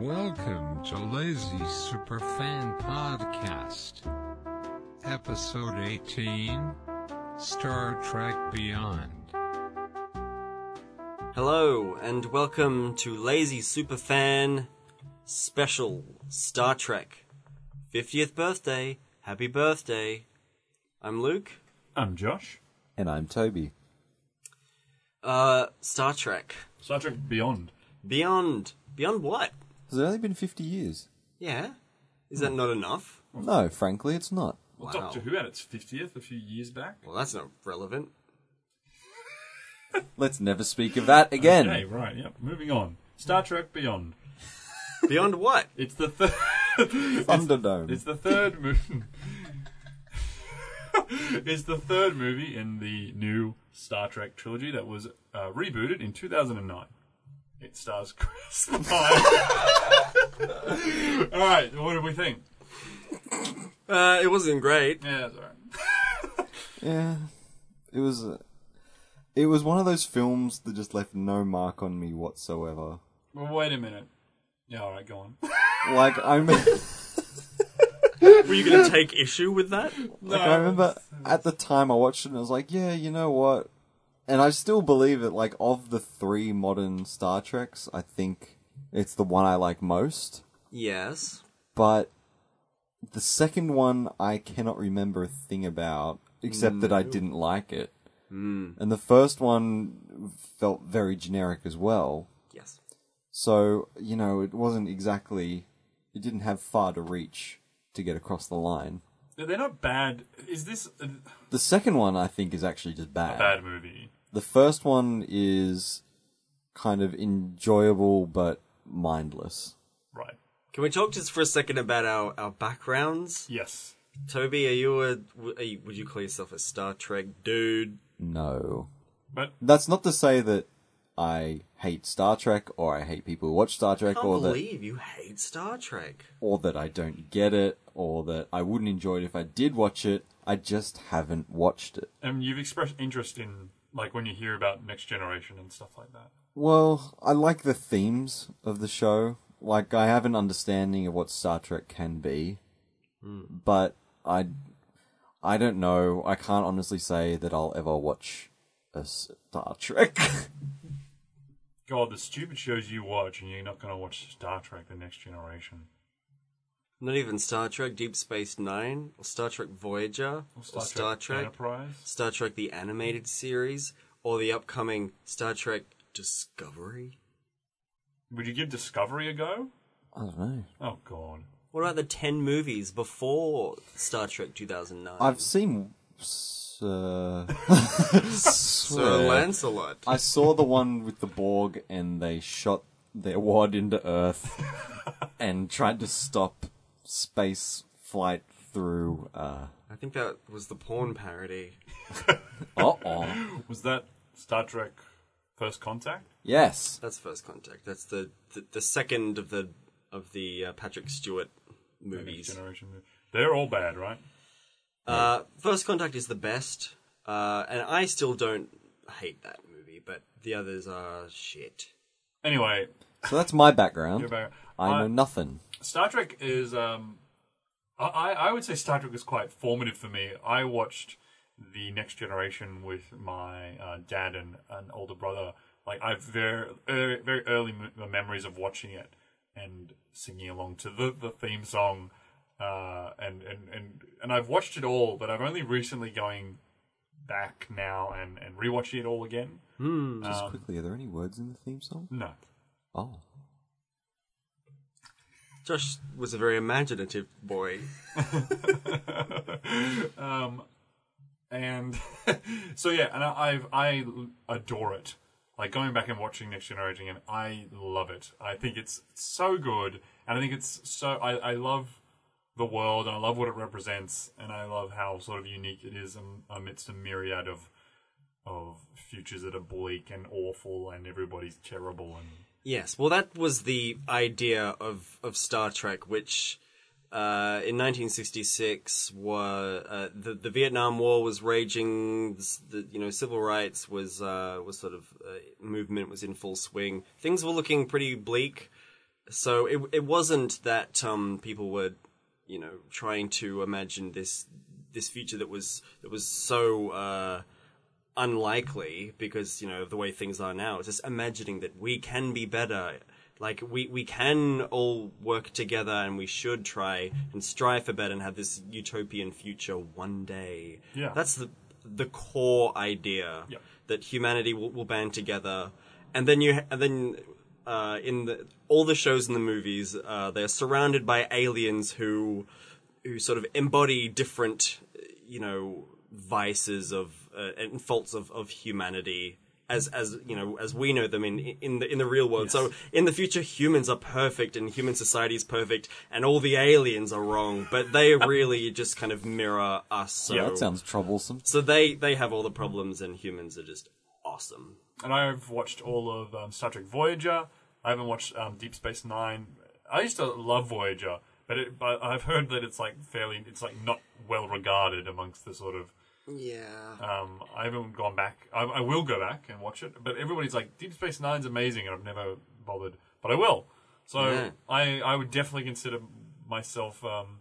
Welcome to Lazy Superfan Podcast, Episode 18 Star Trek Beyond. Hello, and welcome to Lazy Superfan Special Star Trek 50th Birthday. Happy Birthday. I'm Luke. I'm Josh. And I'm Toby. Uh, Star Trek. Star Trek Beyond. Beyond. Beyond what? Has it only been 50 years? Yeah. Hmm. Is that not enough? No, frankly, it's not. Well, Wow. Doctor Who had its 50th a few years back. Well, that's not relevant. Let's never speak of that again. Okay, right, yep. Moving on. Star Trek Beyond. Beyond what? It's the third. Thunderdome. It's the third movie. it's the third movie in the new Star Trek trilogy that was uh, rebooted in 2009. It stars Chris Pine. all right, what did we think? Uh, it wasn't great. Yeah, that's all right. Yeah. It was. uh, It was one of those films that just left no mark on me whatsoever. Well, wait a minute. Yeah, all right, go on. Like I, me- Were you gonna take issue with that? like I remember at the time I watched it and I was like, yeah, you know what? And I still believe it. Like of the three modern Star Treks, I think it's the one I like most. Yes. but the second one I cannot remember a thing about except that I didn't like it. Mm. And the first one felt very generic as well. Yes. So, you know, it wasn't exactly it didn't have far to reach to get across the line. They're not bad. Is this a The second one I think is actually just bad movie? The first one is kind of enjoyable but mindless. Right. Can we talk just for a second about our, our backgrounds? Yes. Toby, are you a, w- are you- would you call yourself a Star Trek dude? No. But That's not to say that I hate Star Trek or I hate people who watch Star I Trek can't or that believe you hate Star Trek. or that I don't get it or that I wouldn't enjoy it if I did watch it. I just haven't watched it. and um, you've expressed interest in like when you hear about Next Generation and stuff like that. Well, I like the themes of the show. Like I have an understanding of what Star Trek can be. But I I don't know. I can't honestly say that I'll ever watch a Star Trek. God, the stupid shows you watch, and you're not going to watch Star Trek: The Next Generation Not even Star Trek Deep Space Nine, or Star Trek Voyager, or Star, Trek, Enterprise. Star Trek the Animated Series, or the upcoming Star Trek Discovery. Would you give Discovery a go? I don't know. Oh God, What about the 10 movies before Star Trek 2009? I've seen Sir Sir Lancelot. I saw the one with the Borg and they shot their wad into Earth and tried to stop space flight through. Uh I think that was the porn parody. oh. was that Star Trek: First Contact? Yes. That's First Contact. That's the, the, the second of the, of the uh, Patrick Stewart The Next movies. Generation. movie. They're all bad, right? Uh, First Contact is the best, uh, and I still don't hate that movie, but the others are shit. Anyway, So that's my background. you're about- I know nothing. Star Trek is um, I- I I would say Star Trek is quite formative for me. I watched the Next Generation with my uh, dad and an older brother. Like I've very er, very early m- memories of watching it and singing along to the, the theme song, uh, and, and and and I've watched it all, but I'm only recently going back now and and rewatching it all again. Hmm. Um, Just quickly, are there any words in the theme song? No, Oh. Josh was a very imaginative boy. um, and so yeah, and I, I've I adore it. Like going back and watching Next Generation, and I love it. I think it's so good, and I think it's so. I, I love the world, and I love what it represents, and I love how sort of unique it is am- amidst a myriad of of futures that are bleak and awful, and everybody's terrible. And Yes, well, that was the idea of, of Star Trek, which uh, in 1966 were uh, the the Vietnam War was raging. s- The, you know, civil rights was uh, was sort of uh, movement was in full swing. Things were looking pretty bleak. So it it wasn't that um, people were, you know, trying to imagine this this future that was that was so uh, unlikely because you know of the way things are now. It's just imagining that we can be better. Like we we can all work together and we should try and strive for better and have this utopian future one day. Yeah. that's the the core idea Yeah. that humanity will, will band together, and then you and then uh, in the, all the shows in the movies, uh, they're surrounded by aliens who who sort of embody different, you know, vices of uh, and faults of, of humanity. As, as you know, as we know them in in the in the real world. So in the future, humans are perfect, and human society is perfect, and all the aliens are wrong. But they really just kind of mirror us. So That sounds troublesome. so they they have all the problems, and humans are just awesome. and I've watched all of um, Star Trek Voyager. I haven't watched um, Deep Space Nine. I used to love Voyager, but it, but I've heard that it's like fairly, it's like not well regarded amongst the sort of. Yeah. Um, I haven't gone back. I, I will go back and watch it, but everybody's like Deep Space Nine's amazing, and I've never bothered, but I will. So Yeah. I I would definitely consider myself. Um,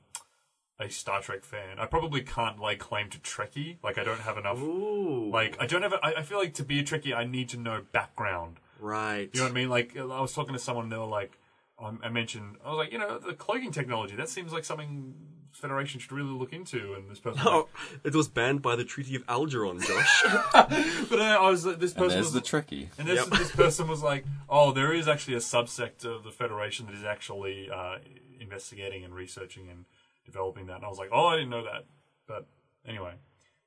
a Star Trek fan. I probably can't lay claim to Trekkie. Like I don't have enough. Ooh. Like I don't have. I, I feel like to be a Trekkie, I need to know background. Right. You know what I mean? Like I was talking to someone, they were like, um, I mentioned, I was like, you know, the cloaking technology. That seems like something Federation should really look into. And this person, was Oh, it was banned by the Treaty of Algeron, Josh. like, but I, I was this person And there's was, the tricky. and this, Yep. this person was like, oh, there is actually a subsect of the Federation that is actually uh, investigating and researching and developing that. And I was like, oh, I didn't know that. But anyway,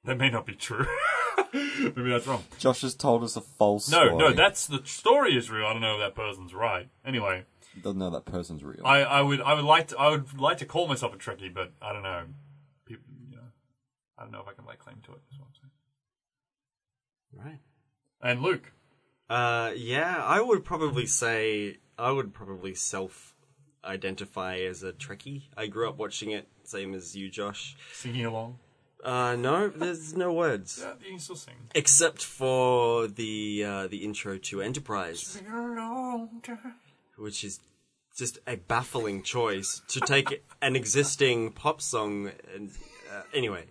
that may not be true. Maybe that's wrong. Josh has told us a false No, story. no, that's the story is real. I don't know if that person's right. Anyway, Doesn't know that person's real. I, I would I would like to I would like to call myself a Trekkie, but I don't know. People, you know, I don't know if I can lay claim to it. Is what I'm saying. right. And Luke, Uh, yeah, I would probably say I would probably self-identify as a Trekkie. I grew up watching it, same as you, Josh. singing along. Uh, no, there's no words Yeah, you can still sing. except for the uh, the intro to Enterprise, Sing along. to- which is just a baffling choice to take an existing pop song and uh, anyway.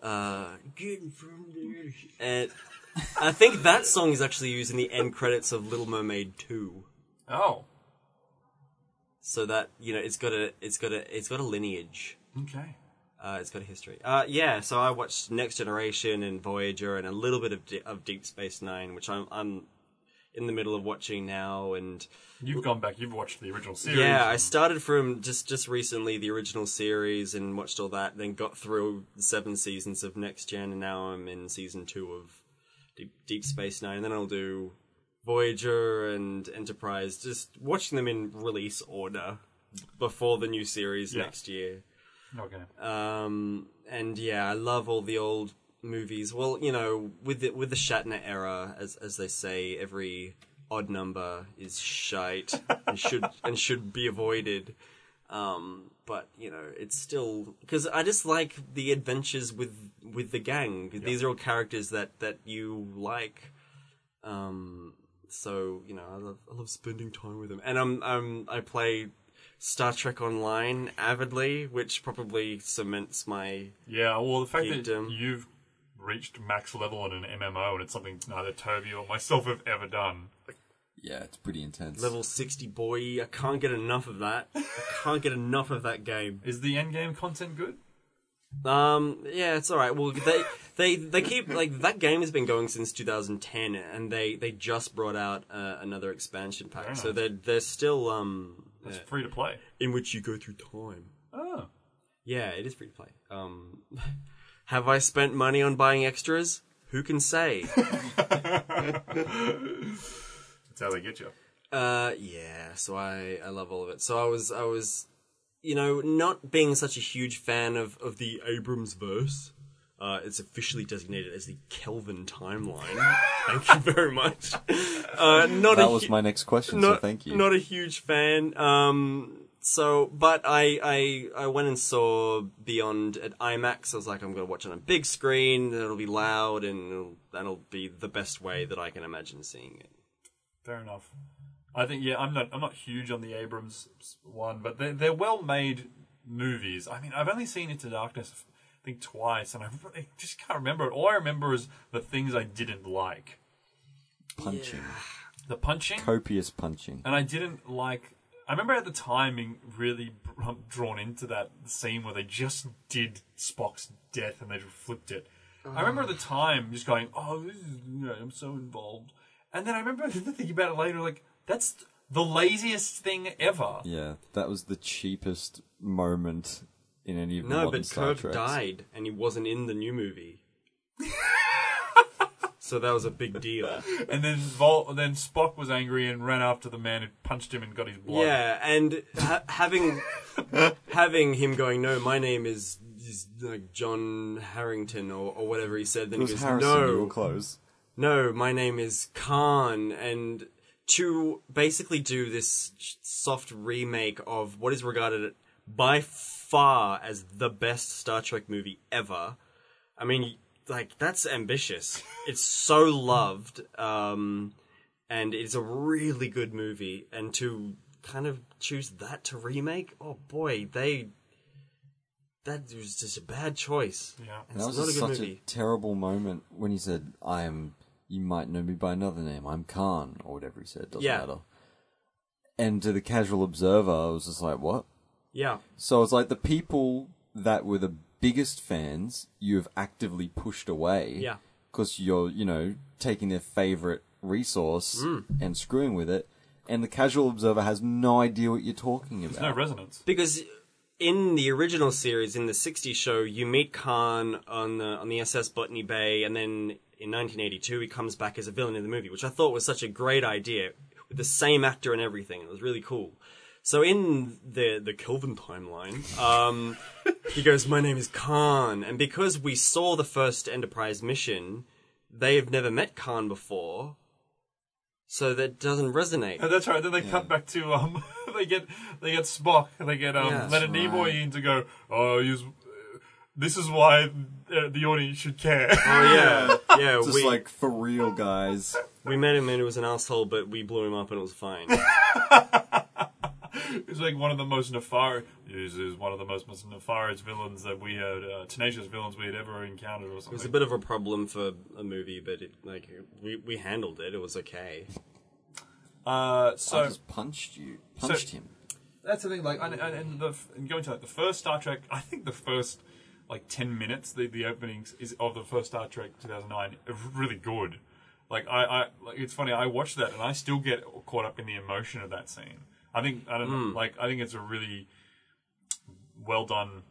Uh, getting from there. And I think that song is actually used in the end credits of Little Mermaid 2. Oh, so that you know it's got a it's got a it's got a lineage okay. uh, it's got a history uh, yeah so i watched next generation and voyager and a little bit of, D- of deep space nine which i'm i'm in the middle of watching now and You've gone back. You've watched the original series. yeah i and- started from just just recently the original series and watched all that then got through seven seasons of next gen and now i'm in season two of deep, deep space nine and then i'll do voyager and enterprise just watching them in release order before the new series Yeah. next year okay. um, and yeah, I love all the old movies. Well, you know, with the, with the Shatner era, as as they say, every odd number is shite and should and should be avoided. Um, but you know, it's still because I just like the adventures with with the gang. These are all characters that that you like. Um, so you know, I love I love spending time with them, and I'm I'm I play Star Trek Online avidly, which probably cements my Yeah. Well, the fact Geekdom. that you've reached max level on an MMO and it's something neither Toby or myself have ever done. yeah, it's pretty intense. level sixty boy. I can't get enough of that. I can't get enough of that game. Is the end game content good? Um, yeah, it's all right. Well, they they they keep like that game has been going since 2010, and they they just brought out uh, another expansion pack, so enough. they're they're still um It's uh, free to play. in which you go through time. Oh, Yeah, it is free to play. Um, have I spent money on buying extras? Who can say? that's how they get you. Uh, yeah. So I I love all of it. So I was I was, you know, not being such a huge fan of of the Abrams verse. Uh, it's officially designated as the Kelvin timeline. thank you very much. Uh, not that a was hu- my next question, not, so thank you. Not a huge fan. Um, so, but I, I, I went and saw Beyond at IMAX. I was like, I'm going to watch it on a big screen. It'll be loud and it'll, that'll be the best way that I can imagine seeing it. Fair enough. I think yeah, I'm not I'm not huge on the Abrams one, but they're they're well made movies. I mean, I've only seen Into Darkness I think twice, and I really just can't remember it. All I remember is the things I didn't like, Punching. the punching, Copious punching. and I didn't like. I remember at the time being really br- um, drawn into that scene where they just did Spock's death and they just flipped it. I remember at the time just going, "Oh, this is, you know, I'm so involved," and then I remember thinking about it later, like that's the laziest thing ever. Yeah, that was the cheapest moment in any of the No, modern but Star Kirk Treks. died and he wasn't in the new movie. so that was a big deal. And then Vol- then Spock was angry and ran after the man who punched him and got his blood. Yeah, and ha- having having him going, no, my name is, is like John Harrington or, or whatever he said. Then It was he goes, Harrison. no, You were close. no, my name is Khan, and to basically do this soft remake of what is regarded by far as the best Star Trek movie ever. I mean, like that's ambitious. It's so loved, um, and it's a really good movie. And to kind of choose that to remake, oh boy, they that was just a bad choice. Yeah. And That it's was not a just good such movie. a terrible moment when he said, "I am." You might know me by another name. I'm Khan, or whatever he said. Doesn't Yeah. matter. And to the casual observer, I was just like, "What?" yeah, So it's like the people that were the biggest fans you have actively pushed away. Yeah. Because you're, you know, taking their favorite resource Mm. and screwing with it. And the casual observer has no idea what you're talking about. There's no resonance. because in the original series in the 60s show you meet khan on the on the ss botany bay and then in 1982 he comes back as a villain in the movie which i thought was such a great idea with the same actor and everything it was really cool so in the the kelvin timeline um, he goes my name is khan and because we saw the first enterprise mission they have never met khan before so that doesn't resonate And that's right. Then they cut back to um, they get they get Spock, they get um, Yeah. Leonard Nimoy in to go. Oh, he's, this is why uh, the audience should care. oh yeah yeah Just we- like, for real, guys. We met him and it was an asshole, but we blew him up and it was fine. It's like one of the most nefarious. Is one of the most, most nefarious villains that we had, uh, tenacious villains we had ever encountered, or it was a something. bit of a problem for a movie, but it, like we we handled it. It was okay. uh, I so just punched you. Punched him. that's the thing. Like, and, and, and, the, and going to like the first Star Trek, I think the first like ten minutes, the the openings is of the first Star Trek 2009, are really good. Like I, I like, it's funny. I watched that and I still get caught up in the emotion of that scene. I think I don't Hmm. know. Like I think it's a really well done.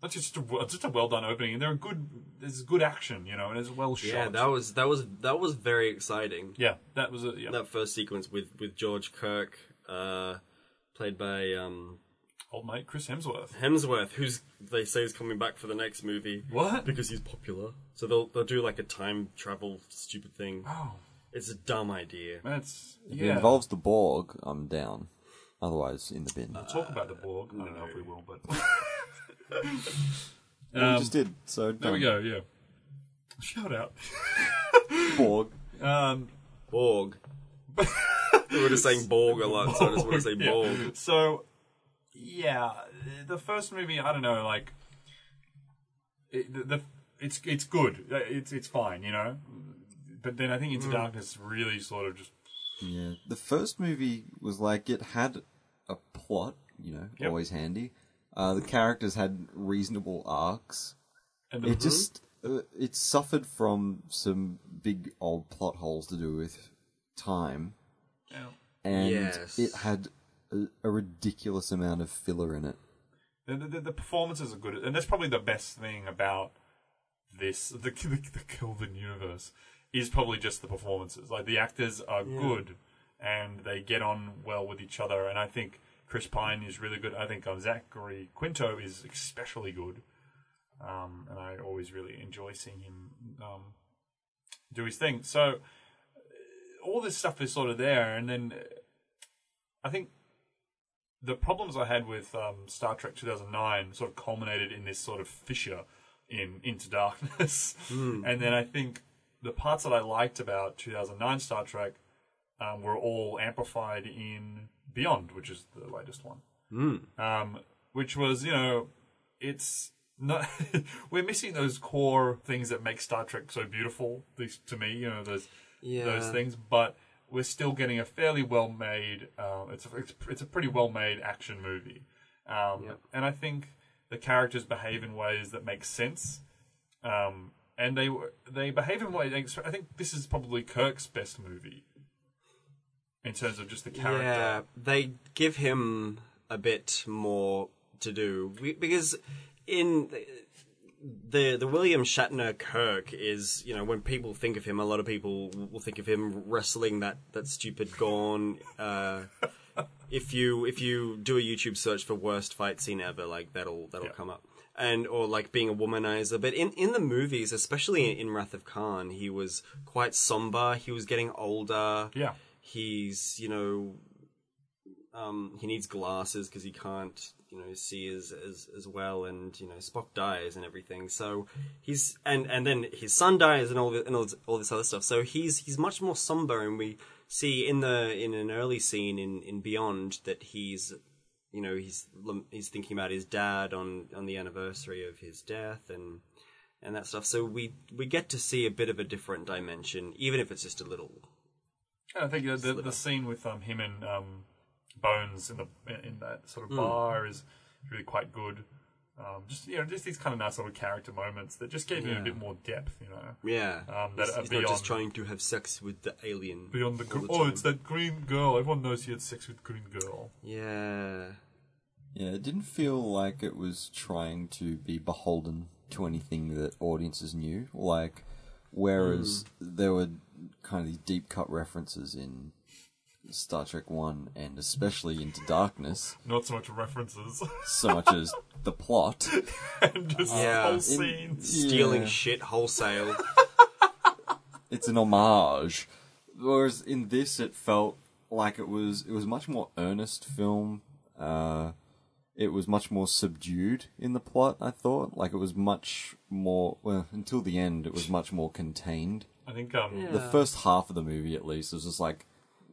That's just a, it's just a well done opening, and there are good. There's good action, you know, and it's well shot. Yeah, that was that was that was very exciting. yeah, that was a, yeah. That first sequence with with George Kirk, uh, played by um, Old mate Chris Hemsworth. Hemsworth, who's they say is coming back for the next movie What? because he's popular. So they'll they'll do like a time travel stupid thing. Oh, It's a dumb idea. that's If yeah. it involves the Borg, I'm down. Otherwise, in the bin. talk about the Borg. I don't know if we will, but Well, we just did, so um, there we go. Yeah, Um, shout out. Borg. Um, Borg. we were just saying Borg a lot, so I just want to say yeah. Borg. So, yeah, the first movie. I don't know, like it, the, the it's it's good. It's it's fine, you know. But then I think Into Darkness really sort of just Yeah. The first movie was like it had a plot, you know, Yep. always handy. Uh, the characters had reasonable arcs. and the, It just uh, it suffered from some big old plot holes to do with time, yeah. and Yes. it had a, a ridiculous amount of filler in it. The, the, the performances are good, and that's probably the best thing about this the the, the Kelvin universe is probably just the performances. Like the actors are good, and they get on well with each other. And I think Chris Pine is really good. I think um, Zachary Quinto is especially good, um, and I always really enjoy seeing him um, do his thing. So uh, all this stuff is sort of there, and then uh, I think the problems I had with um, Star Trek 2009 sort of culminated in this sort of fissure in Into Darkness, and then I think the parts that I liked about 2009 Star Trek um, were all amplified in Beyond, which is the latest one. Um, which was, you know, it's not. we're missing those core things that make Star Trek so beautiful. At least to me, you know, those those Yeah. things, but. We're still getting a fairly well made. Um, it's a, it's it's a pretty well made action movie, um, Yep. and I think the characters behave in ways that make sense um, and they were- they behave in way. I think this is probably Kirk's best movie in terms of just the character. Yeah, they give him a bit more to do We- because in the- the the William Shatner Kirk is you know when people think of him, a lot of people will think of him wrestling that that stupid Gorn. Uh, if you if you do a YouTube search for worst fight scene ever, like that'll that'll Yeah. come up. And or like being a womanizer, but in, in the movies, especially in, in Wrath of Khan, he was quite somber. He was getting older Yeah. he's you know um he needs glasses because he can't you know see as, as as well and you know spock dies and everything so he's and and then his son dies and all the, and all this, all this other stuff so he's he's much more somber and we see in the in an early scene in in beyond that he's you know he's lum- he's thinking about his dad on on the anniversary of his death and and that stuff so we we get to see a bit of a different dimension even if it's just a little And I think the, the, the scene with um, him and um, Bones in the in that sort of Hmm. bar is really quite good. Um, just you know, just these kind of nice little character moments that just gave him a bit more depth. You know, Yeah. Um, that he's, are he's not beyond- just trying to have sex with the alien. beyond the, all the gr- oh, time. it's that green girl. Everyone knows he had sex with green girl. Yeah. Yeah, it didn't feel like it was trying to be beholden to anything that audiences knew. Like, whereas there were kind of these deep cut references in Star Trek 1 and especially Into Darkness, Not so much references. so much as the plot. and just Yeah. whole In- scenes. Stealing Yeah. shit wholesale. it's an homage. Whereas in this, it felt like it was it was a much more earnest film. Uh, it was much more subdued in the plot. I thought like it was much more well until the end. It was much more contained. I think um, The first half of the movie, at least, was just like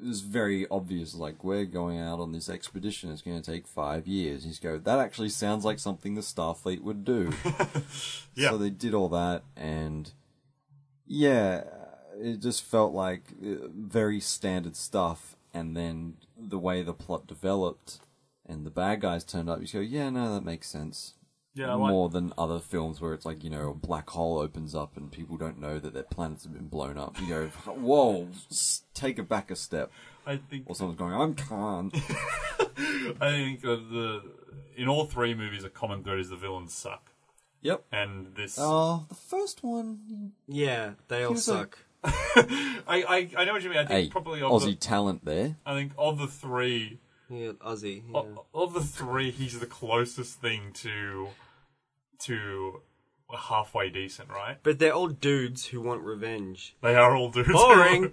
it was very obvious. Like we're going out on this expedition. It's going to take five years. And you just go. That actually sounds like something the Starfleet would do. Yeah. So they did all that, and yeah, it just felt like uh, very standard stuff. And then the way the plot developed, and the bad guys turned up, you just go, yeah, no, that makes sense. yeah, I like- More than other films where it's like you know a black hole opens up and people don't know that their planets have been blown up. You go, whoa, s- take it back a step. I think Or someone's going, I'm Khan. I think uh, the in all three movies a common thread is the villains suck, yep. and this Oh, the first one, yeah, they all was like- suck. I, I I know what you mean. I think hey, probably of Aussie the, talent there. I think of the three yeah, Aussie. Yeah. o- of the three he's the closest thing to to halfway decent, right? But they're all dudes who want revenge. They are all dudes. Boring.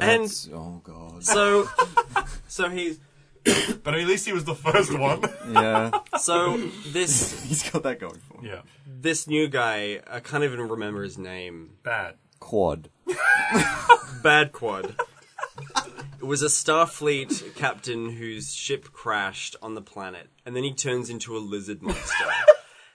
and That's- oh god. so, so he's but at least he was the first one. Yeah. so this He's got that going for him. yeah, this new guy. I can't even remember his name. bad. Quad. Bad Quad. It was a Starfleet captain whose ship crashed on the planet, and then he turns into a lizard monster.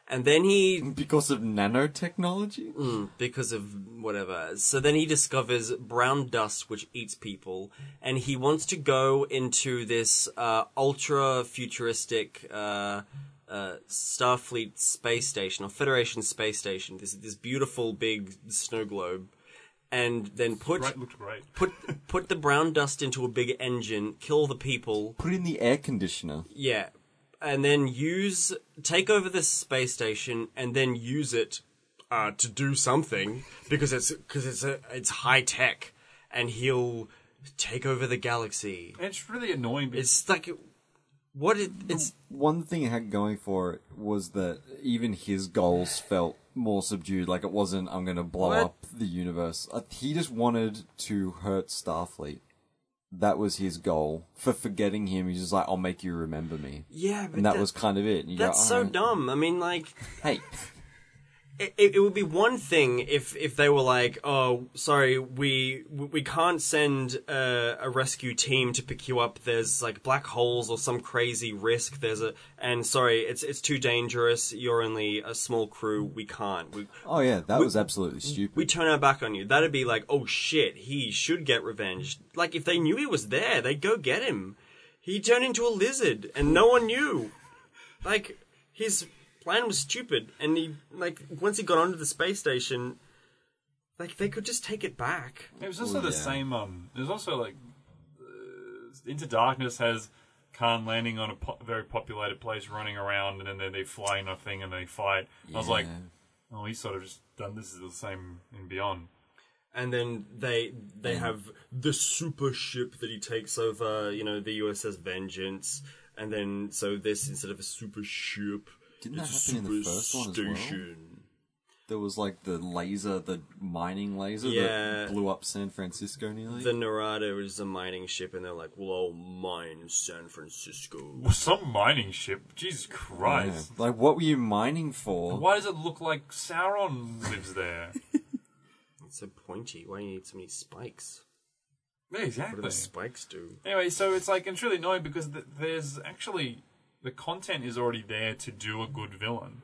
and then he Because of nanotechnology? because of whatever. So then he discovers brown dust, which eats people, and he wants to go into this uh, ultra futuristic uh, uh, Starfleet space station or Federation space station. This this beautiful big snow globe, and then put Right, looked great. put put the brown dust into a big engine, kill the people, Put in the air conditioner. yeah. And then use take over this space station and then use it uh, to do something because it's because it's a, it's high tech and he'll take over the galaxy. It's really annoying. Because It's like what it, it's One thing it had going for it was that even his goals felt more subdued. Like it wasn't, I'm going to blow What? up the universe. Uh, He just wanted to hurt Starfleet. That was his goal. For forgetting him, he's just like, I'll make you remember me. yeah, but And that was kind of it. And you go, "Oh, that's so "Alright." dumb. I mean, like Hey, it, it would be one thing if if they were like, oh, sorry, we we can't send a, a rescue team to pick you up. There's like black holes or some crazy risk. There's a and sorry, it's it's too dangerous. You're only a small crew. We can't. We Oh yeah, that was absolutely stupid. we turn our back on you. That'd be like, oh shit, he should get revenge. Like if they knew he was there, they'd go get him. He turned into a lizard and no one knew. Like his plan was stupid and he like once he got onto the space station like they could just take it back. It was also Ooh, the yeah. same. Um, there's also like uh, Into Darkness has Khan landing on a po- very populated place, running around, and then they, they fly in a thing and they fight. I was like, Yeah. oh, he's sort of just done this is the same in Beyond. And then they they have the super ship that he takes over, you know, the USS Vengeance. And then so this instead of a super ship Didn't that it's a happen in the super first one as well? station. there was like the laser, the mining laser Yeah. that blew up San Francisco nearly. The Narada is a mining ship, and they're like, "Well, I'll mine San Francisco." Well, Some mining ship. Jesus yeah. Christ! Like, what were you mining for? Why does it look like Sauron lives there? It's so pointy. Why do you need so many spikes? yeah, What do exactly. the spikes do? Anyway, so it's like it's really annoying because th- there's actually the content is already there to do a good villain.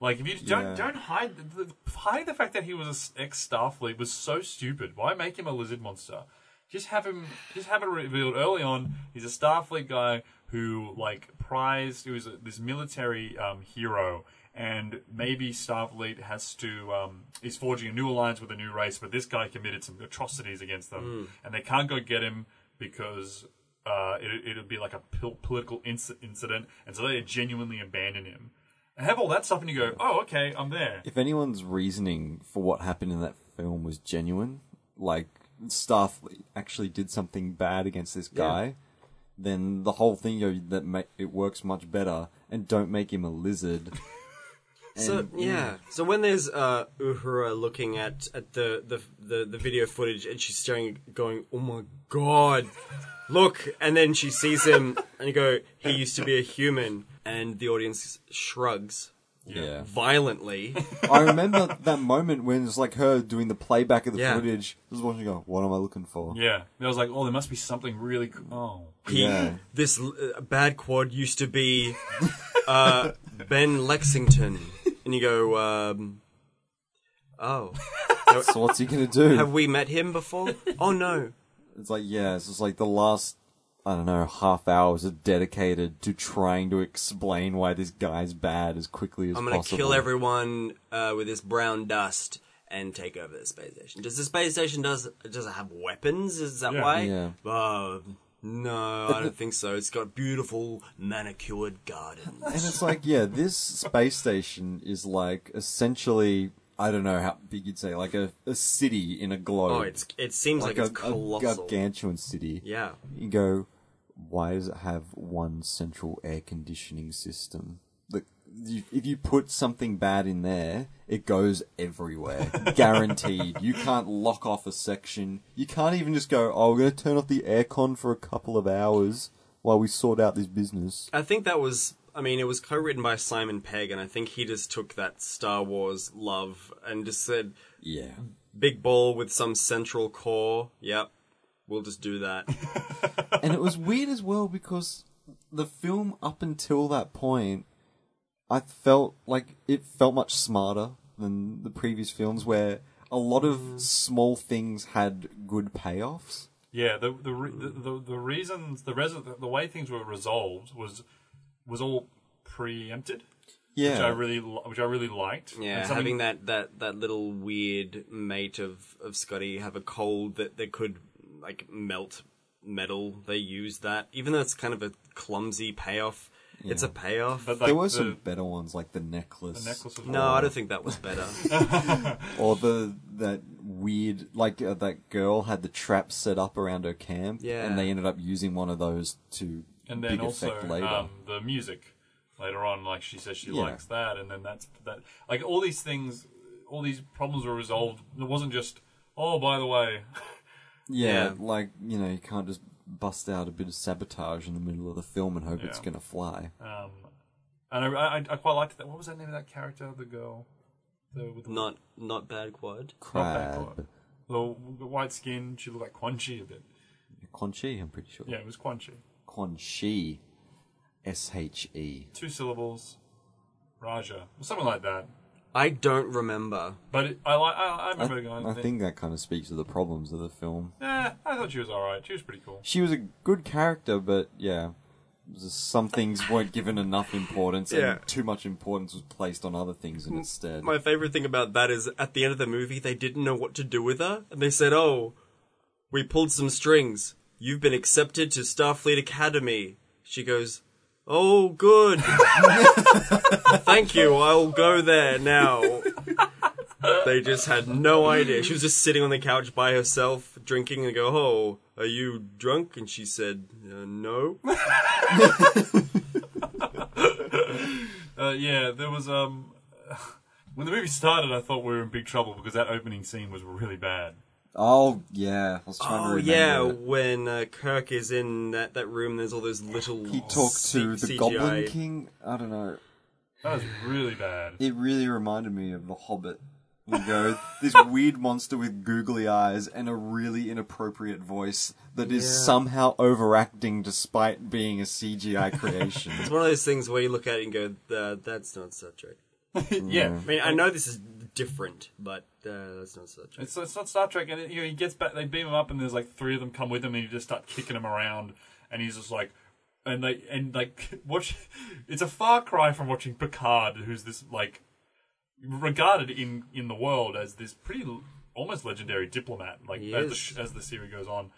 Like if you don't Yeah. don't hide the, the, hide the fact that he was an ex Starfleet was so stupid. Why make him a lizard monster? Just have him just have it revealed early on. He's a Starfleet guy who like prized. He was a, this military um, hero. And maybe Starfleet has to um, is forging a new alliance with a new race, but this guy committed some atrocities against them, and they can't go get him because uh, it, it'll be like a pol- political inc- incident, and so they genuinely abandon him. I have all that stuff, and you go, "Oh, okay, I'm there." If anyone's reasoning for what happened in that film was genuine, like Starfleet actually did something bad against this guy, then the whole thing you know, that ma- it works much better. And don't make him a lizard. So yeah. So when there's uh, Uhura looking at, at the, the the the video footage, and she's staring, going, "Oh my god, look!" And then she sees him, and you go, "He used to be a human," and the audience shrugs yeah. violently. I remember that moment when it's like her doing the playback of the Yeah. footage. I was watching, going, "What am I looking for?" Yeah, and I was like, "Oh, there must be something really cool." Oh, He, Yeah. This uh, bad quad used to be uh, Ben Lexington, and you go, um, oh, So what's he gonna do? have we met him before? Oh no, Hmm. It's like yeah, it's just like the last I don't know half hours are dedicated to trying to explain why this guy's bad as quickly as I'm gonna possible. kill everyone uh, with this brown dust and take over the space station. Does the space station does does it have weapons? Is that Yeah. why? Yeah. Uh, no, I don't think so. It's got beautiful manicured gardens. And it's like yeah, this space station is like essentially I don't know how big you'd say like a, a city in a globe. Oh, it's it seems like, it's a, a colossal. gargantuan city. yeah. You go, why does it have one central air conditioning system? Look, you- if you put something bad in there, it goes everywhere. Guaranteed. You can't lock off a section. You can't even just go, oh, we're going to turn off the aircon for a couple of hours while we sort out this business. I think that was. I mean, it was co-written by Simon Pegg, and I think he just took that Star Wars love and just said, Yeah. "Big ball with some central core." Yep, we'll just do that. and it was weird as well because the film up until that point i felt like it felt much smarter than the previous films where a lot Mm. of small things had good payoffs yeah. The the re- the, the, the reasons the res- the way things were resolved was was all preempted, yeah which I really li- which I really liked. Yeah, And something- having that, that that little weird mate of of Scotty have a cold that that could like melt metal. They use that, even though it's kind of a clumsy payoff. It's a payoff. but, like, there were the, some better ones like the necklace, the necklace. Was no, I don't think that was better. or the that weird like uh, that girl had the trap set up around her camp Yeah. and they ended up using one of those to and then big also effect later um, the music later on like she says she Yeah. likes that and then that's that like all these things all these problems were resolved it wasn't just oh by the way Yeah, Yeah. like you know, you can't just bust out a bit of sabotage in the middle of the film and hope it's Yeah. going to fly. um and I, I i quite liked that what was that name of that character the girl The, with the, Not not bad quad. bad Crab. quad. the, the white skin, she looked like Quan Chi a bit. Quan Chi, I'm pretty sure. Yeah, it was Quan Chi. Quan Chi. S H E. Two syllables, Raja, or something like that. I don't remember. But it, I, li- I, I I, remember going. I think that kind of speaks to the problems of the film. Eh, I thought she was all right. She was pretty cool. She was a good character, but yeah. just Some things weren't given enough importance, Yeah. and too much importance was placed on other things in instead. My favorite thing about that is at the end of the movie, they didn't know what to do with her, and they said, "Oh, we pulled some strings. You've been accepted to Starfleet Academy." She goes, "Oh, good. Thank you. I'll go there now." They just had no idea. She was just sitting on the couch by herself, drinking, and go, "Oh, are you drunk?" And she said, uh, "No." Uh, yeah, there was um. When the movie started, I thought we were in big trouble because that opening scene was really bad. Oh yeah, I was trying to Oh remember. yeah, it. when uh, Kirk is in that, that room, there's all those little he talked C- to the CGI. Goblin King. I don't know. That was really bad. It really reminded me of the Hobbit. We go this weird monster with googly eyes and a really inappropriate voice that is Yeah. somehow overacting despite being a CGI creation. It's one of those things where you look at it and go, uh, "That's not Star Trek." yeah, I mean, I know this is different, but uh, that's not Star Trek. It's, it's not Star Trek, and it, you know, he gets back. They beam him up, and there's like three of them come with him, and you just start kicking him around, and he's just like, and they and like watch. It's a far cry from watching Picard, who's this like regarded in in the world as this pretty l- almost legendary diplomat. Like He as the, is. sh- as the series goes on,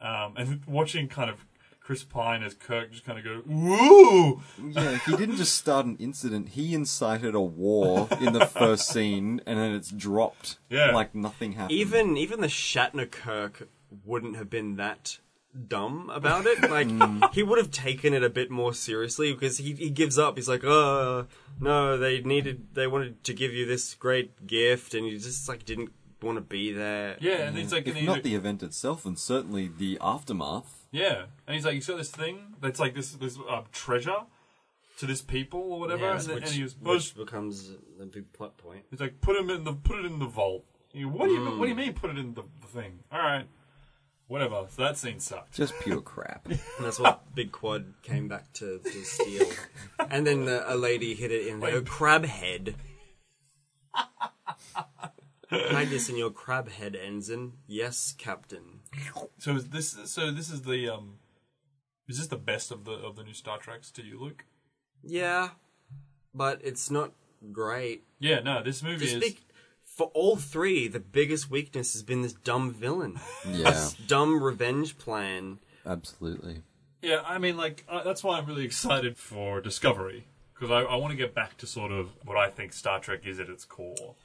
um, and watching kind of Chris Pine as Kirk just kind of go woo. yeah, he didn't just start an incident; he incited a war in the first scene, and then it's dropped Yeah. like nothing happened. Even even the Shatner Kirk wouldn't have been that dumb about it. Like he would have taken it a bit more seriously because he he gives up. He's like, "Uh, no, they needed, they wanted to give you this great gift, and you just like didn't want to be there." Yeah, and he's like, and Mm-hmm. if he- not the event itself, and certainly the aftermath. Yeah, and he's like, he's got this thing that's like this this uh, treasure to this people or whatever, Yeah, and, then, which, and he was, which becomes a big plot point. he's like, put him in the put it in the vault. You- what do you what do you mean put it in the, the thing? All right, whatever. So that scene sucked. Just pure crap. And that's what Big Quad came back to, to steal. and then the, a lady hit it in her crab head. Hide this in your crab head, ensign. Yes, Captain. So is this so this is the um is this the best of the of the new Star Treks to you, Luke? Yeah, but it's not great. Yeah, no, this movie Just is think, for all three, the biggest weakness has been this dumb villain, yeah, dumb revenge plan. absolutely. Yeah, I mean, like uh, that's why I'm really excited for Discovery because I, I want to get back to sort of what I think Star Trek is at its core,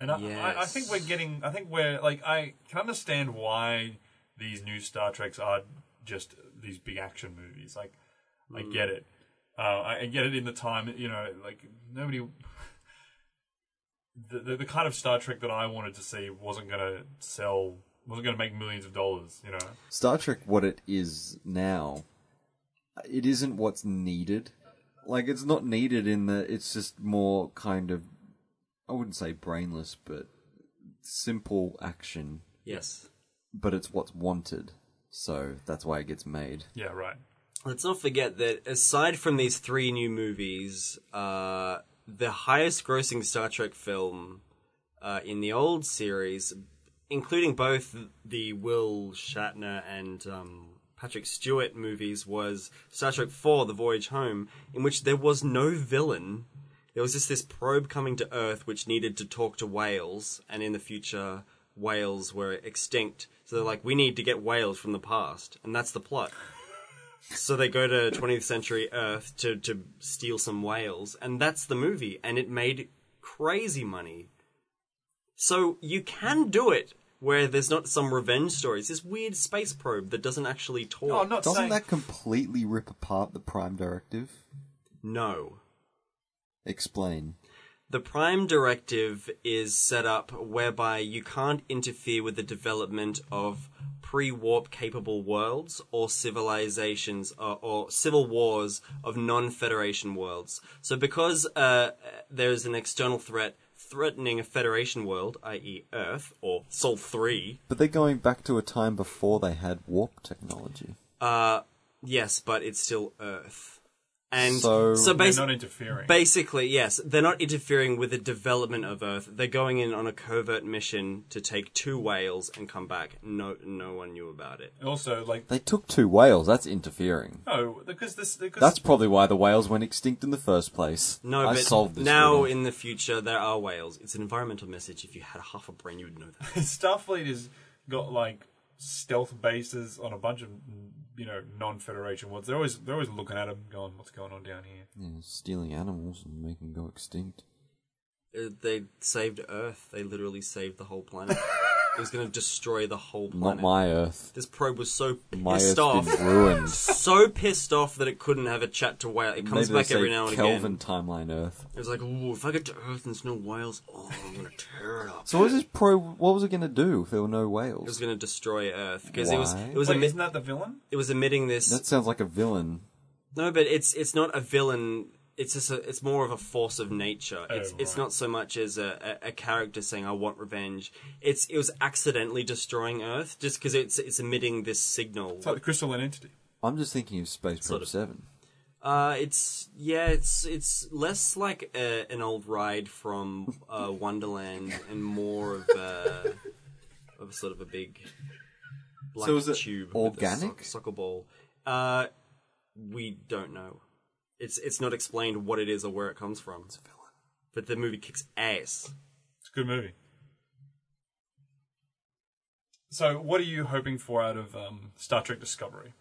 and I, I, I Yes. think we're getting. I think we're like I can understand why these new Star Treks are just these big action movies. Like I get it. Uh, I, I get it in the time you know, like nobody. The, the the kind of Star Trek that I wanted to see wasn't gonna sell, wasn't gonna make millions of dollars, you know. Star Trek, what it is now, it isn't what's needed. Like, it's not needed in that it's just more kind of, I wouldn't say brainless, but simple action, Yes. but it's what's wanted. So that's why it gets made. Yeah, right. Let's not forget that aside from these three new movies, uh, the highest grossing Star Trek film uh, in the old series, including both the Will Shatner and um, Patrick Stewart movies, was Star Trek IV The Voyage Home, in which there was no villain. There was just this probe coming to Earth which needed to talk to whales, and in the future, whales were extinct. So they're like, we need to get whales from the past, and that's the plot. So they go to 20th century Earth to, to steal some whales, and that's the movie, and it made crazy money. So you can do it where there's not some revenge story. It's this weird space probe that doesn't actually talk. Oh, I'm not Doesn't saying that completely rip apart the Prime Directive? No. Explain. The Prime Directive is set up whereby you can't interfere with the development of pre warp capable worlds or civilizations or, or civil uh, wars of non Federation worlds. So, because uh, there is an external threat threatening a Federation world, i.e., Earth or Sol Three. But they're going back to a time before they had warp technology. Uh, yes, but it's still Earth. And So- so, They're basi- not interfering. basically, yes, they're not interfering with the development of Earth. They're going in on a covert mission to take two whales and come back. No, no one knew about it. And also, like, They took two whales. That's interfering. no, because this. Because That's probably why the whales went extinct in the first place. No, I but solved this. now riddle. in the future there are whales. It's an environmental message. If you had half a brain, you'd know that. Starfleet has got like stealth bases on a bunch of you know non-Federation ones. They're always they're always looking at them, going, "What's going on down here?" Yeah, stealing animals and making them go extinct. Uh, They saved Earth. They literally saved the whole planet. it was going to destroy the whole planet. Not my Earth. This probe was so My pissed Earth's off, been ruined. so pissed off that it couldn't have a chat to whale. It comes Maybe they back every say now and Kelvin again. timeline Earth. It was like, ooh, if I get to Earth and there's no whales, oh, I'm gonna tear it up. So what was this pro? What was it going to do if there were no It was whales? gonna destroy Earth because it was Why? it was Wait, emi- isn't that the villain? it was emitting this. That sounds like a villain. No, but it's it's not a villain. It's just a, it's more of a force of nature. It's it's Oh, right. not so much as a, a, a character saying I want revenge. It's it was accidentally destroying Earth just because it's it's emitting this signal. It's like the crystalline entity. I'm just thinking of Space Sort Probe of. Seven. Uh, it's yeah, it's it's less like a, an old ride from uh, Wonderland and more of a, of sort of a big black So is it tube, organic? with a soc- soccer ball. Uh, we don't know. It's it's not explained what it is or where it comes from. It's a villain, but the movie kicks ass. It's a good movie. So, what are you hoping for out of um, Star Trek Discovery?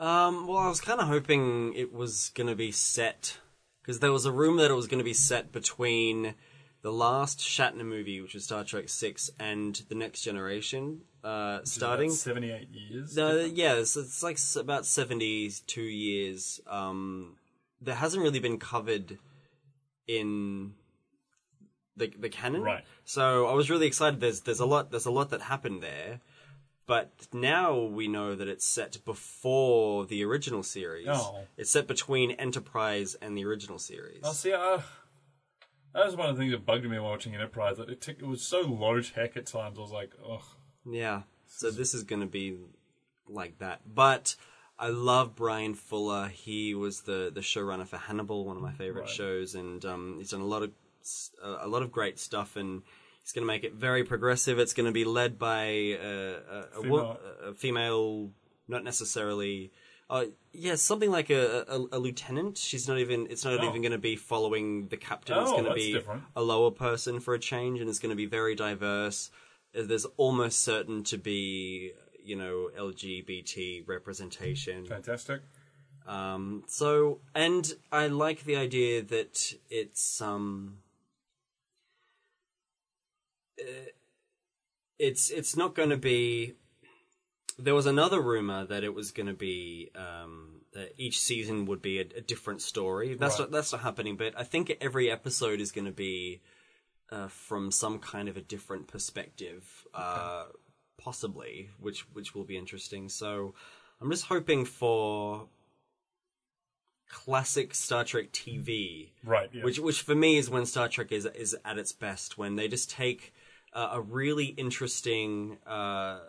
Um, well, I was kind of hoping it was going to be set because there was a rumor that it was going to be set between the last Shatner movie, which was Star Trek Six, and the Next Generation, uh, Which is starting. about seventy-eight years. No, yeah, it's, it's like s- about seventy-two years. Um, that hasn't really been covered in the the canon, Right. So I was really excited. There's there's a lot there's a lot that happened there, but now we know that it's set before the original series. Oh. It's set between Enterprise and the original series. Oh, see, uh, that was one of the things that bugged me watching Enterprise. Like, it, took, it was so low tech at times. I was like, "Ugh." Yeah. So this is going to be like that. But I love Brian Fuller. He was the the showrunner for Hannibal, one of my favorite shows, and um, he's done a lot of s- uh, a lot of great stuff. And he's going to make it very progressive. It's going to be led by uh, a, a, wo- Female. a- a female, not necessarily. Uh, yeah, something like a, a, a lieutenant. She's not even. It's not Oh. even going to be following the captain. it's Oh, going to that's be different. a lower person for a change, and it's going to be very diverse. Uh, There's almost certain to be, you know, LGBT representation. fantastic." Um, so, and I like the idea that it's um, uh, it's it's not going to be. There was another rumor that it was going to be um, that each season would be a, a different story. That's Right. not that's not happening, but I think every episode is going to be uh, from some kind of a different perspective, uh, possibly, which which will be interesting. So, I'm just hoping for classic Star Trek TV, Right. Yeah. which which for me is when Star Trek is is at its best when they just take uh, a really interesting uh,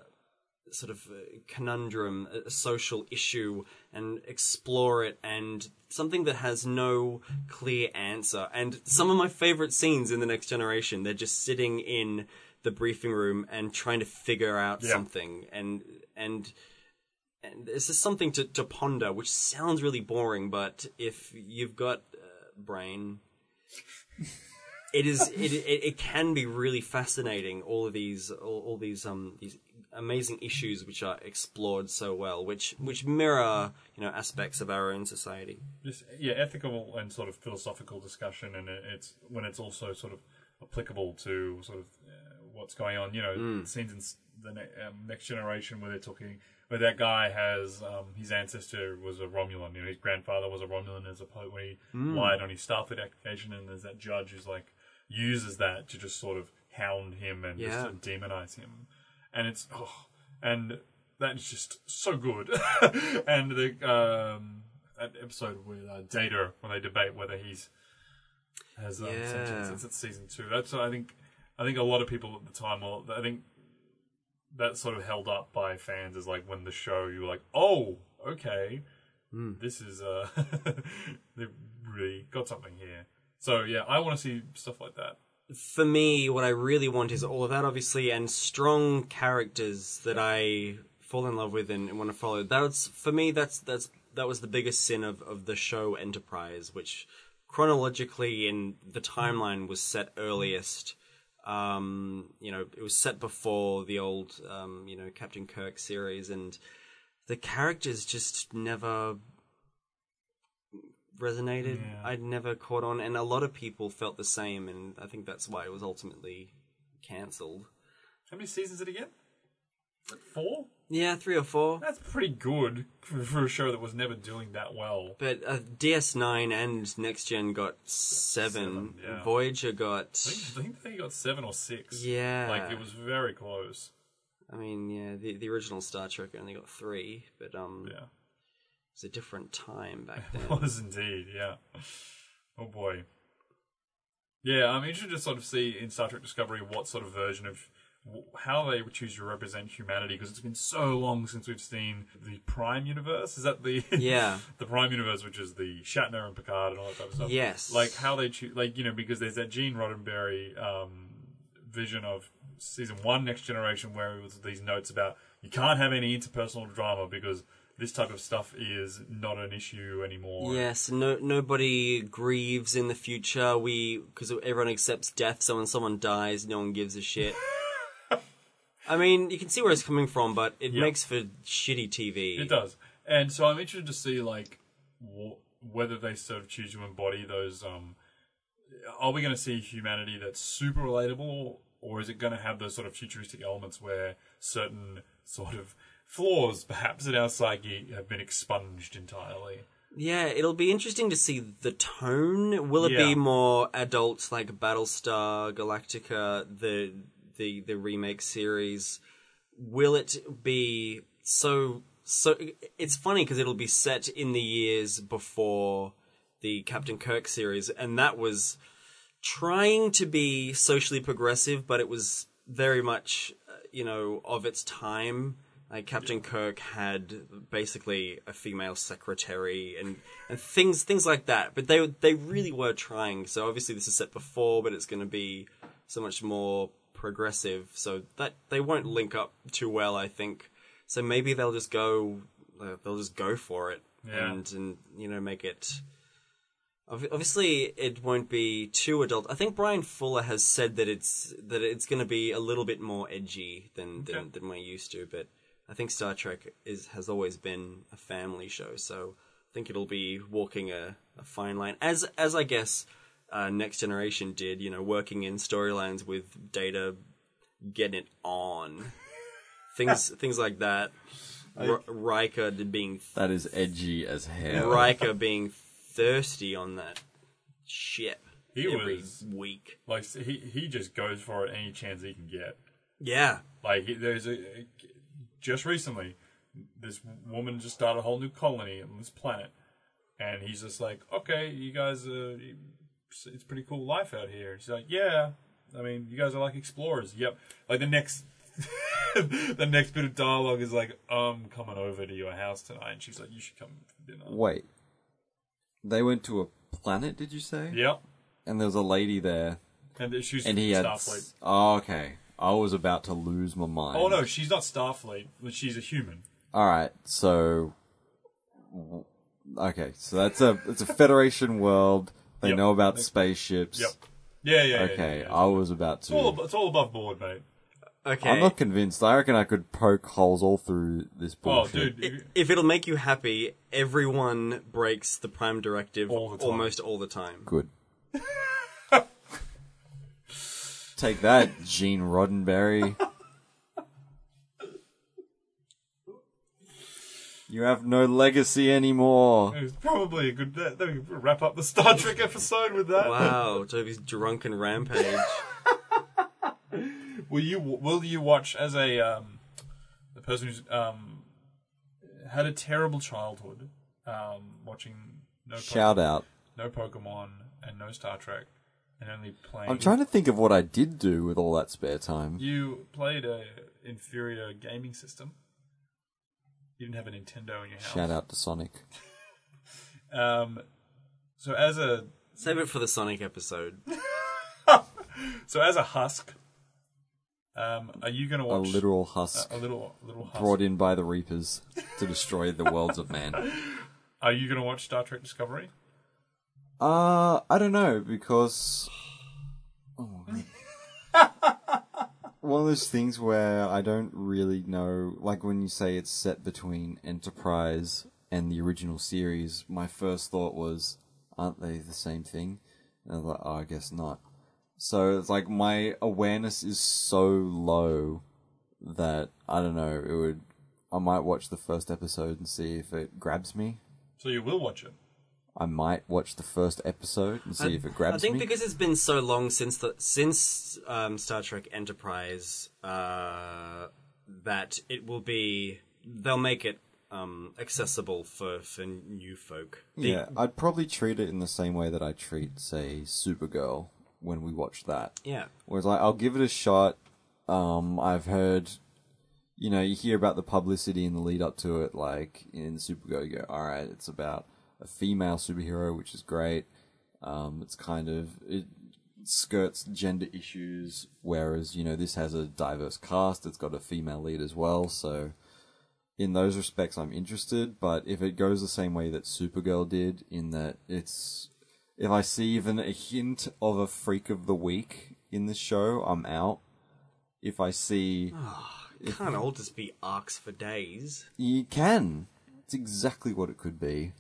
sort of uh, conundrum, a, a social issue, and explore it, and something that has no clear answer. And some of my favorite scenes in the Next Generation, they're just sitting in the briefing room and trying to figure out Yeah. something, and and and it's just something to, to ponder, which sounds really boring, but if you've got uh, brain, it is it, it it can be really fascinating. All of these all, all these um these amazing issues which are explored so well, which which mirror you know aspects of our own society. just yeah, ethical and sort of philosophical discussion, and it, it's when it's also sort of applicable to sort of uh, what's going on. You know, scenes in s- the ne- um, next generation where they're talking, where that guy has um, his ancestor was a Romulan. You know, his grandfather was a Romulan as opposed when he lied on his Starfleet application, and there's that judge who's like uses that to just sort of hound him and just Yeah. sort of demonize him, and it's oh, and that's just so good. and the um, that episode with uh, Data when they debate whether he's has um, yeah. Yeah. since it's season two. That's I think I think a lot of people at the time. Well, I think that sort of held up by fans is like when the show you were like, oh, okay, this is uh, they really got something here. So yeah, I want to see stuff like that. for me, what I really want is all of that, obviously, and strong characters that I fall in love with and, and want to follow. That's for me. That's that's that was the biggest sin of of the show Enterprise, which chronologically in the timeline was set earliest. Um, you know, it was set before the old, um, you know, Captain Kirk series, and the characters just never resonated. I'd never caught on, and a lot of people felt the same, and I think that's why it was ultimately cancelled. How many seasons did it get? Four. Yeah, three or four. That's pretty good for, for a show that was never doing that well. But uh, DS9 and Next Gen got seven. Seven, yeah. Voyager got. I think, I think they got seven or six. Yeah. Like it was very close. I mean, yeah, the, the original Star Trek only got three, but um, Yeah. it was a different time back It then. was indeed, yeah. Oh boy. Yeah, I'm interested to sort of see in Star Trek Discovery what sort of version of wh- how they would choose to represent humanity because it's been so long since we've seen the Prime Universe. Is that the Yeah. the Prime Universe, which is the Shatner and Picard and all that type of stuff? Yes. like how they choose, like you know, because there's that Gene Roddenberry um, vision of season one, Next Generation, where it was these notes about you can't have any interpersonal drama because this type of stuff is not an issue anymore. Yes, no, nobody grieves in the future. We because everyone accepts death. So when someone dies, no one gives a shit. I mean, you can see where it's coming from, but it Yeah. makes for shitty TV. It does. And so I'm interested to see like wh- whether they sort of choose to embody those. Um, are we going to see humanity that's super relatable, or is it going to have those sort of futuristic elements where certain sort of flaws, perhaps in our psyche, have been expunged entirely? Yeah, it'll be interesting to see the tone. Will it Yeah. be more adult, like Battlestar Galactica, the the the remake series? Will it be so so? It's funny because it'll be set in the years before the Captain Kirk series, and that was trying to be socially progressive, but it was very much, uh, you know, of its time. Like Captain Kirk had basically a female secretary and, and things things like that. But they they really were trying. So obviously this is set before, but it's going to be so much more progressive. So that they won't link up too well, I think. So maybe they'll just go uh, they'll just go for it Yeah. and and you know make it Ob- Obviously, it won't be too adult. I think Brian Fuller has said that it's that it's going to be a little bit more edgy than than, than we're used to. But I think Star Trek is has always been a family show, so I think it'll be walking a, a fine line, as as I guess uh, Next Generation did. You know, working in storylines with Data, getting it on, things things like that. R- Riker being That is edgy as hell. Riker being thirsty on that ship He every was- week. Like he he just goes for it any chance he can get. Yeah. Like he- there's a just recently, this woman just started a whole new colony on this planet, and he's just like, okay, you guys, uh, it's- it's pretty cool life out here. And she's like, yeah, I mean, you guys are like explorers. Yep. Like the next. the next bit of dialogue is like, "I'm coming over to your house tonight," and she's like, "You should come for dinner." Wait. They went to a planet, did you say? Yep, And there was a lady there, and she's and he had. Starfleet. Oh, okay. I was about to lose my mind. Oh no, she's not Starfleet. but She's a human. All right, so w- okay, so that's a it's a Federation world. They Yep. know about spaceships. Yep. Yeah, yeah. yeah, Okay, yeah, yeah. I was about to. It's all, ab- it's all above board, mate. Okay. I'm not convinced. I reckon I could poke holes all through this Oh, bullshit. dude. I- if it'll make you happy, everyone breaks the prime directive All the time. almost all the time. Good. Take that, Gene Roddenberry. you have no legacy anymore. It was probably a good. That, that we could wrap up the Star Trek episode with that. Wow, Toby's drunken rampage. Will you will you watch as a um, the person who's um, had a terrible childhood um, watching no Shout Pokemon, out. no Pokemon and no Star Trek and only playing. I'm trying to think of what I did do with all that spare time. You played a inferior gaming system. You didn't have a Nintendo in your house. Shout out to Sonic. Um, so as a Save it for the Sonic episode. so as a husk, um, are you going to A watch literal husk a, a little little husk? brought in by the Reapers to destroy the worlds of man. Are you going to watch Star Trek Discovery? Uh, I don't know because oh, my God. one of those things where I don't really know. Like when you say it's set between Enterprise and the original series, my first thought was, "Aren't they the same thing?" And I was like, "Oh, I guess not." So it's like my awareness is so low that I don't know. It would. I might watch the first episode and see if it grabs me. So you will watch it. I might watch the first episode and see if it I grabs think me. because it's been so long since the since um, Star Trek Enterprise uh, that it will be they'll make it um, accessible for for new folk. The- yeah, I'd probably treat it in the same way that I treat, say, Supergirl when we watch that. yeah. Whereas, like, I'll give it a shot. Um, I've heard, you know, you hear about the publicity and the lead up to it. Like in Supergirl, you go, all right, it's about a female superhero, which is great. Um, it's kind of it skirts gender issues, whereas you know this has a diverse cast. It's got a female lead as well, so in those respects, I'm interested. But if it goes the same way that Supergirl did, in that it's if I see even a hint of a freak of the week in this show, I'm out. If I see, Can't all just be arcs for days? you can. It's exactly what it could be.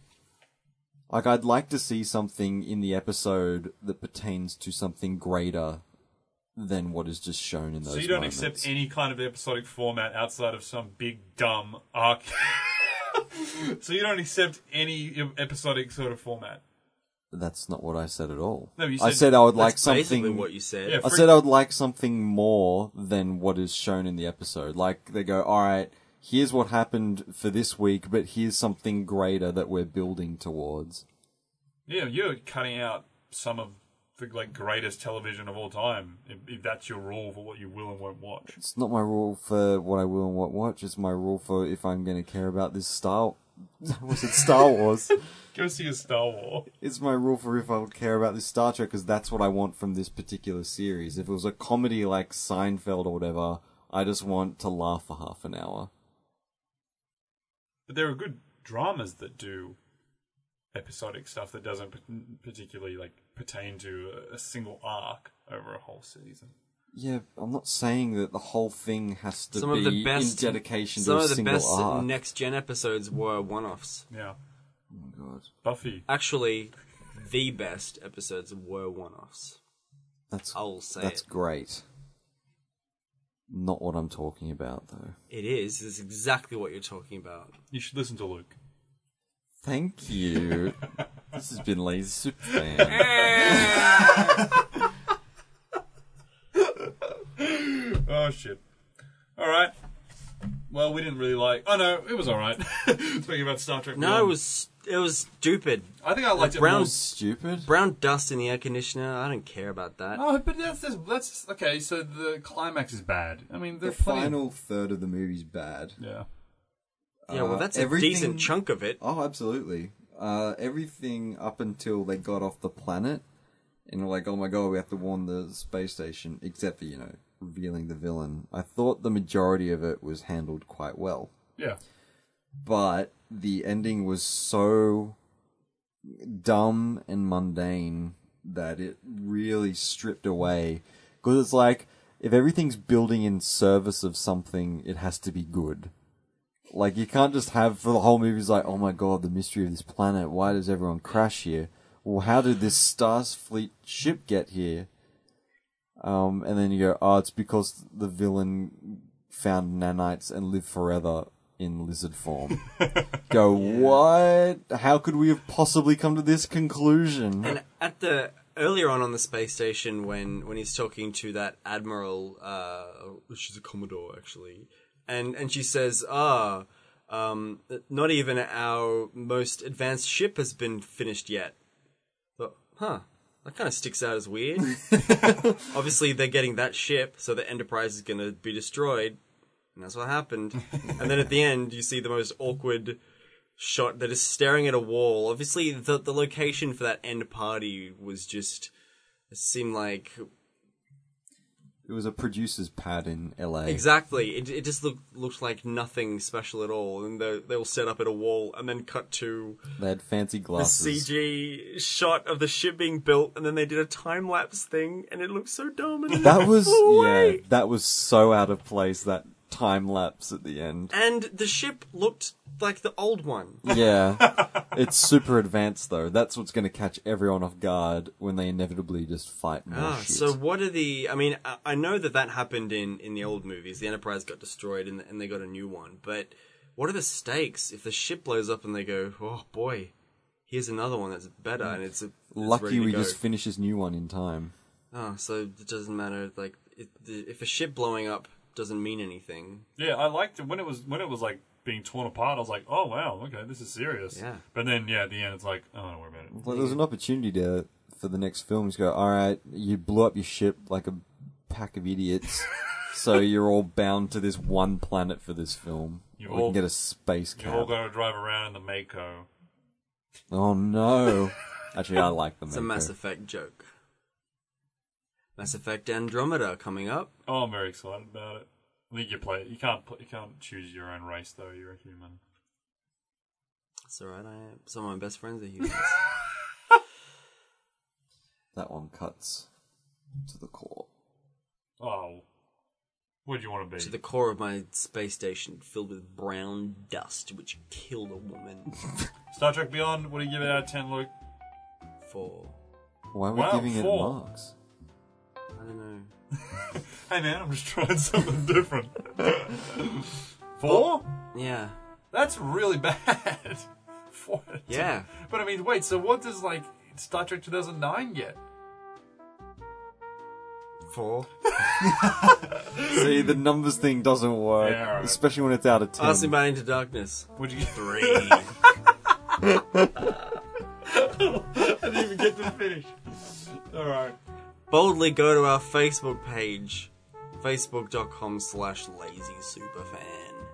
Like, I'd like to see something in the episode that pertains to something greater than what is just shown in those. so you don't moments. accept any kind of episodic format outside of some big dumb arc. so you don't accept any episodic sort of format. That's not what I said at all. No, you I said- said I would like That's basically something. what you said. Yeah. I said I would like something more than what is shown in the episode. Like they go, all right, here's what happened for this week, but here's something greater that we're building towards. Yeah, you're cutting out some of the like greatest television of all time. If, if that's your rule for what you will and won't watch. It's not my rule for what I will and what watch. It's my rule for if I'm going to care about this Star. Was it Star Wars? Go see a Star War. it's my rule for if I'll care about this Star Trek because that's what I want from this particular series. If it was a comedy like Seinfeld or whatever, I just want to laugh for half an hour. But there are good dramas that do episodic stuff that doesn't pat- particularly like pertain to a, a single arc over a whole season. Yeah, I'm not saying that the whole thing has to Some be of the best in dedication some to a of the single best arc. next gen episodes were one offs. Yeah, oh my god, Buffy. Actually, the best episodes were one offs. that's I'll say that's it. great. Not what I'm talking about though. It is. It's exactly what you're talking about. You should listen to Luke. Thank you. this has been Lazy Superfan. Oh shit. All right. Well, we didn't really like. Oh no, it was all right. Talking about Star Trek. No, Beyond. it was it was stupid. I think I liked it. Brown- more- Stupid. Brown dust in the air conditioner. I don't care about Uh, that. Oh, but that's, that's that's okay. So the climax is bad. I mean, The there's plenty of- final third of the movie's bad. Yeah. yeah, well, Uh, that's a everything- decent chunk of it. Oh, absolutely. Uh, everything up until they got off the planet, and were like, oh my god, we have to warn the space station, except for, you know, revealing the villain. I thought the majority of it was handled quite well. Yeah. But the ending was so dumb and mundane that it really stripped away. Because it's like, if everything's building in service of something, it has to be good. Like you can't just have for the whole movie. It's like, oh my god, the mystery of this planet. Why does everyone crash here? Well, how did this Starfleet ship get here? Um, and then you go, oh, it's because the villain found nanites and lived forever in lizard form. go, what? How could we have possibly come to this conclusion? And at the earlier on on the space station, when when he's talking to that admiral, uh, she's a commodore actually, and and she says, "Ah, um, not even our most advanced ship has been finished yet." But, huh? That kind of sticks out as weird. Obviously, they're getting that ship, so the Enterprise is going to be destroyed, and that's what happened. and then at the end, you see the most awkward shot that is staring at a wall. Obviously, the the location for that end party was just it seemed like It was a producer's pad in LA. Exactly. It, it just looked looked like nothing special at all, and they they all set up at a wall, and then cut to They had fancy a glasses. CG shot of the ship being built, and then they did a time lapse thing, and it looked so dumb. And That was flew away. yeah. That was so out of place. That time lapse at the end. And the ship looked like the old one. Yeah, it's super advanced though. That's what's going to catch everyone off guard when they inevitably just fight more Ah, shit. so what are the? I mean, I, I know that that happened in in the old movies. The Enterprise got destroyed, and and they got a new one. But what are the stakes if the ship blows up and they go, oh boy, here's another one that's better, and it's, a, it's ready Lucky to we go. just finished this new one in time. Oh, so it doesn't matter. Like, it, the, if a ship blowing up doesn't mean anything. Yeah, I liked it when it was when it was like being torn apart. I was like, oh wow, okay, this is serious. Yeah. But then yeah, at the end, it's like, oh, don't worry about it. Well, there's an opportunity there for the next film. Just go, all right, you blew up your ship like a pack of idiots, so you're all bound to this one planet for this film. You we all- can get a space You all cap. got to drive around in the Mako. Oh no! Actually, I like them. It's a Mass Effect joke. Mass Effect Andromeda coming up. Oh, I'm very excited about it. I think you play. You can't. Play, you can't choose your own race though. You're a human. It's alright, I some of my best friends are humans. That one cuts to the core. Oh, what do you want to be? to the core of my space station filled with brown dust, which killed a woman Star Trek Beyond. What do you give it out of ten, Luke? for. Why are we Wow, giving it four. marks? I don't know. Hey man, I'm just trying something different. Four? Yeah. That's really bad. Four. out of ten. Yeah. But I mean, wait. So what does like Star Trek 2009 get? Four. See, the numbers thing doesn't work, Yeah, alright. especially when it's out of ten. Passing by into darkness. Would you? Get? Three. I didn't even get to finish. All right. Boldly go to our Facebook page, facebook.com slash lazy superfan.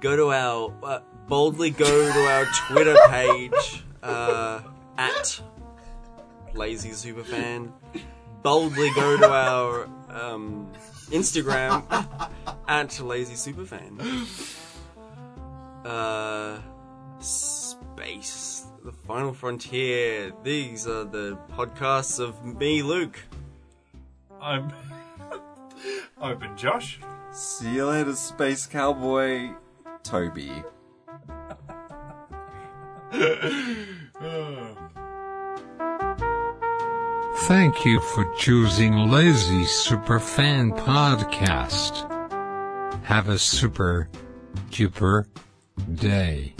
Go to our, uh, boldly go to our Twitter page, uh, at lazy superfan. Boldly go to our, um, Instagram, at lazy superfan. Uh, Space, The Final Frontier. These are the podcasts of me, Luke. I'm. I've been Josh. See you later, space cowboy, Toby. Thank you for choosing Lazy Superfan Podcast. Have a super duper day.